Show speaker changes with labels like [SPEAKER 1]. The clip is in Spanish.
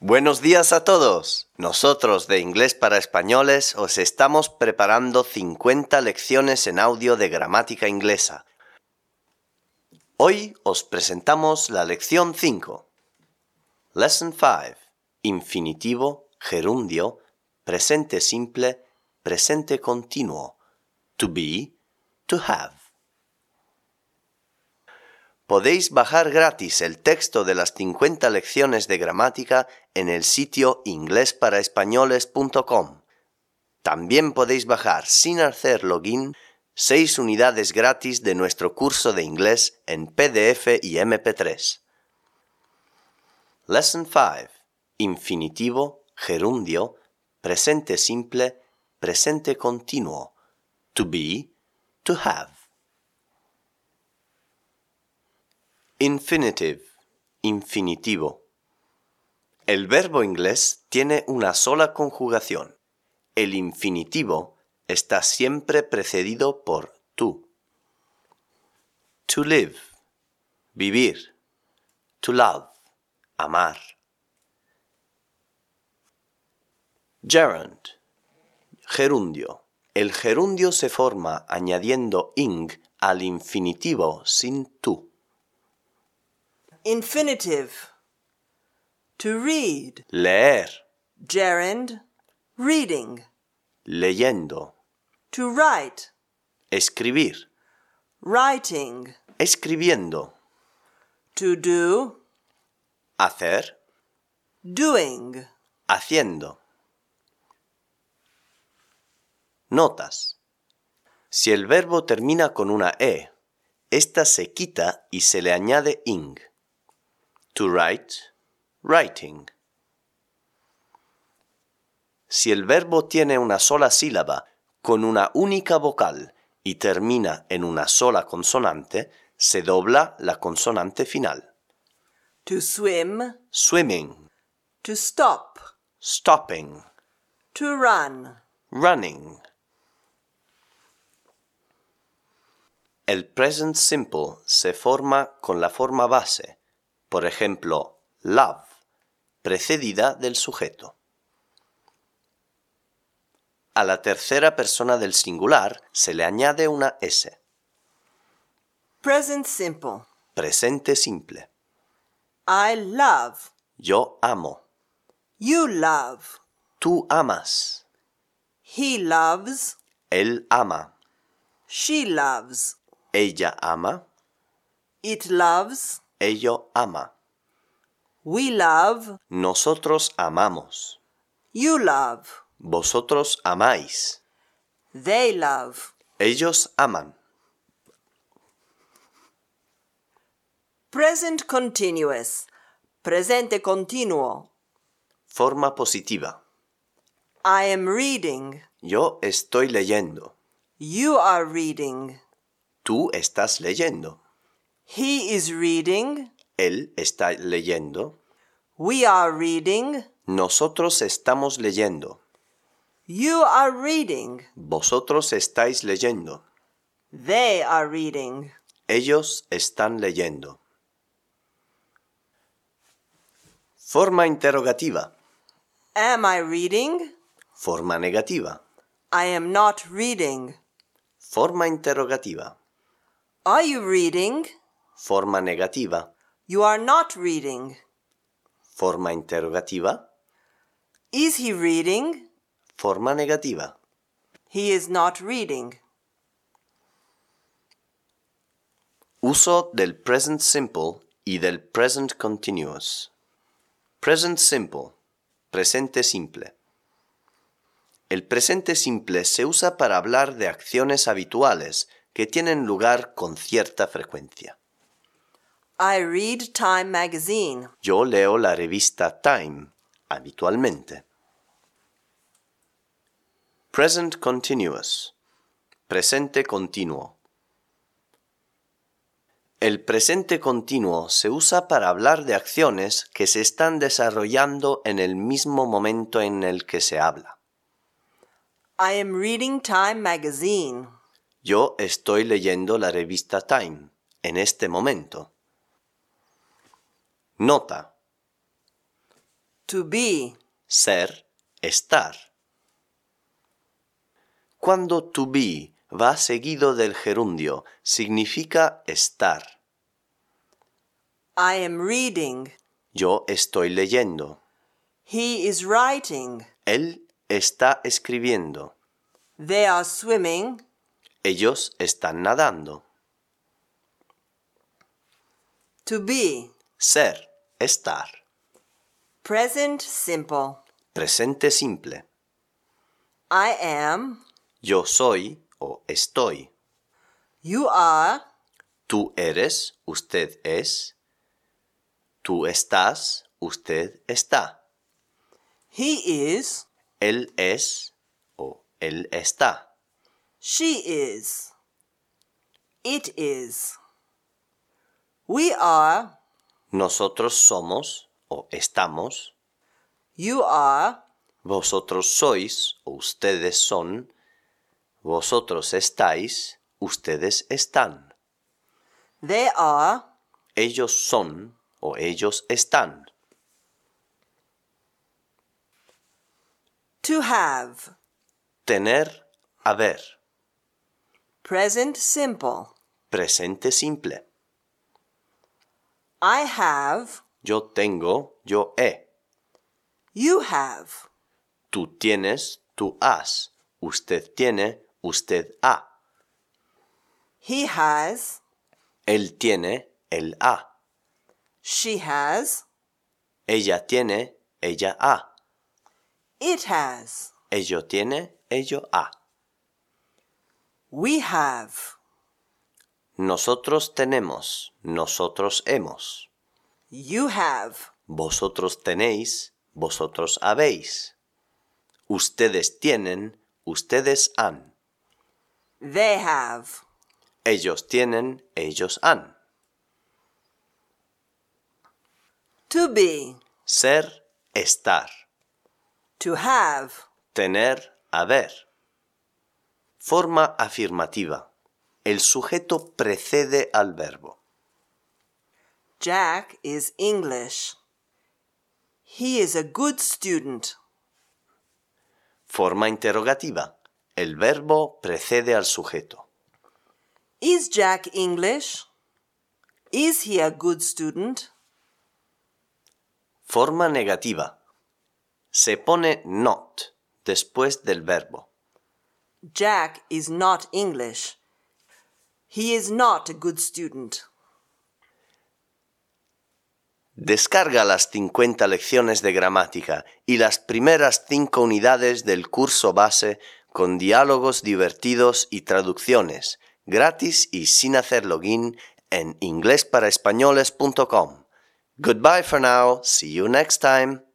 [SPEAKER 1] Buenos días a todos. Nosotros de Inglés para Españoles os estamos preparando 50 lecciones en audio de gramática inglesa. Hoy os presentamos la lección 5. Lesson 5. Infinitivo, gerundio, presente simple, presente continuo. To be, to have. Podéis bajar gratis el texto de las 50 lecciones de gramática en el sitio inglesparaespañoles.com. También podéis bajar sin hacer login 6 unidades gratis de nuestro curso de inglés en PDF y MP3. Lesson 5. Infinitivo, gerundio, presente simple, presente continuo. To be, to have. Infinitive. Infinitivo. El verbo inglés tiene una sola conjugación. El infinitivo está siempre precedido por tú. To live. Vivir. To love. Amar. Gerund. Gerundio. El gerundio se forma añadiendo ing al infinitivo sin tú.
[SPEAKER 2] Infinitive. To read.
[SPEAKER 1] Leer.
[SPEAKER 2] Gerund. Reading.
[SPEAKER 1] Leyendo.
[SPEAKER 2] To write.
[SPEAKER 1] Escribir.
[SPEAKER 2] Writing.
[SPEAKER 1] Escribiendo.
[SPEAKER 2] To do.
[SPEAKER 1] Hacer.
[SPEAKER 2] Doing.
[SPEAKER 1] Haciendo. Notas. Si el verbo termina con una E, esta se quita y se le añade ing. To write, writing. Si el verbo tiene una sola sílaba con una única vocal y termina en una sola consonante, se dobla la consonante final.
[SPEAKER 2] To swim.
[SPEAKER 1] Swimming,
[SPEAKER 2] To stop.
[SPEAKER 1] stopping,
[SPEAKER 2] To run.
[SPEAKER 1] running. El present simple se forma con la forma base, por ejemplo, love, precedida del sujeto. A la tercera persona del singular se le añade una S,
[SPEAKER 2] Present simple.
[SPEAKER 1] presente simple.
[SPEAKER 2] I love.
[SPEAKER 1] Yo amo,
[SPEAKER 2] You love.
[SPEAKER 1] tú amas,
[SPEAKER 2] He loves.
[SPEAKER 1] él ama,
[SPEAKER 2] She loves.
[SPEAKER 1] ella ama,
[SPEAKER 2] It loves.
[SPEAKER 1] ello ama,
[SPEAKER 2] We love.
[SPEAKER 1] nosotros amamos.
[SPEAKER 2] You love.
[SPEAKER 1] Vosotros amáis.
[SPEAKER 2] They love.
[SPEAKER 1] Ellos aman.
[SPEAKER 2] Present continuous. Presente continuo.
[SPEAKER 1] Forma positiva.
[SPEAKER 2] I am reading.
[SPEAKER 1] Yo estoy leyendo.
[SPEAKER 2] You are reading.
[SPEAKER 1] Tú estás leyendo.
[SPEAKER 2] He is reading.
[SPEAKER 1] Él está leyendo.
[SPEAKER 2] We are reading.
[SPEAKER 1] Nosotros estamos leyendo.
[SPEAKER 2] You are reading.
[SPEAKER 1] Vosotros estáis leyendo.
[SPEAKER 2] They are reading.
[SPEAKER 1] Ellos están leyendo. Forma interrogativa.
[SPEAKER 2] Am I reading?
[SPEAKER 1] Forma negativa.
[SPEAKER 2] I am not reading.
[SPEAKER 1] Forma interrogativa.
[SPEAKER 2] Are you reading?
[SPEAKER 1] Forma negativa.
[SPEAKER 2] You are not reading.
[SPEAKER 1] Forma interrogativa.
[SPEAKER 2] Is he reading?
[SPEAKER 1] Forma negativa.
[SPEAKER 2] He is not reading.
[SPEAKER 1] Uso del present simple y del present continuous. Present simple. Presente simple. El presente simple se usa para hablar de acciones habituales que tienen lugar con cierta frecuencia.
[SPEAKER 2] I read Time magazine.
[SPEAKER 1] Yo leo la revista Time habitualmente. Present continuous. Presente continuo. El presente continuo se usa para hablar de acciones que se están desarrollando en el mismo momento en el que se habla.
[SPEAKER 2] I am reading Time magazine.
[SPEAKER 1] Yo estoy leyendo la revista Time en este momento. Nota.
[SPEAKER 2] To be.
[SPEAKER 1] ser, estar. Cuando to be va seguido del gerundio, significa estar.
[SPEAKER 2] I am reading.
[SPEAKER 1] Yo estoy leyendo.
[SPEAKER 2] He is writing.
[SPEAKER 1] Él está escribiendo.
[SPEAKER 2] They are swimming.
[SPEAKER 1] Ellos están nadando.
[SPEAKER 2] To be.
[SPEAKER 1] Ser, estar.
[SPEAKER 2] Present simple.
[SPEAKER 1] Presente simple.
[SPEAKER 2] I am.
[SPEAKER 1] Yo soy o estoy.
[SPEAKER 2] You are.
[SPEAKER 1] Tú eres, usted es. Tú estás, usted está.
[SPEAKER 2] He is.
[SPEAKER 1] Él es o él está.
[SPEAKER 2] She is. It is. We are.
[SPEAKER 1] Nosotros somos o estamos.
[SPEAKER 2] You are.
[SPEAKER 1] Vosotros sois o ustedes son. Vosotros estáis, ustedes están.
[SPEAKER 2] They are.
[SPEAKER 1] Ellos son o ellos están.
[SPEAKER 2] To have.
[SPEAKER 1] Tener, haber.
[SPEAKER 2] Present simple.
[SPEAKER 1] Presente simple.
[SPEAKER 2] I have.
[SPEAKER 1] Yo tengo, yo he.
[SPEAKER 2] You have.
[SPEAKER 1] Tú tienes, tú has. Usted tiene, usted ha.
[SPEAKER 2] He has.
[SPEAKER 1] Él tiene, él ha.
[SPEAKER 2] She has.
[SPEAKER 1] Ella tiene, ella ha.
[SPEAKER 2] It has.
[SPEAKER 1] Ello tiene, ello ha.
[SPEAKER 2] We have.
[SPEAKER 1] Nosotros tenemos, nosotros hemos.
[SPEAKER 2] You have.
[SPEAKER 1] Vosotros tenéis, vosotros habéis. Ustedes tienen, ustedes han.
[SPEAKER 2] They have.
[SPEAKER 1] Ellos tienen, ellos han.
[SPEAKER 2] To be.
[SPEAKER 1] Ser, estar.
[SPEAKER 2] To have.
[SPEAKER 1] Tener, haber. Forma afirmativa. El sujeto precede al verbo.
[SPEAKER 2] Jack is English. He is a good student.
[SPEAKER 1] Forma interrogativa. El verbo precede al sujeto.
[SPEAKER 2] Is Jack English? Is he a good student?
[SPEAKER 1] Forma negativa. Se pone not después del verbo.
[SPEAKER 2] Jack is not English. He is not a good student.
[SPEAKER 1] Descarga las 50 lecciones de gramática y las primeras 5 unidades del curso base con diálogos divertidos y traducciones, gratis y sin hacer login en inglesparaespañoles.com. Goodbye for now, see you next time.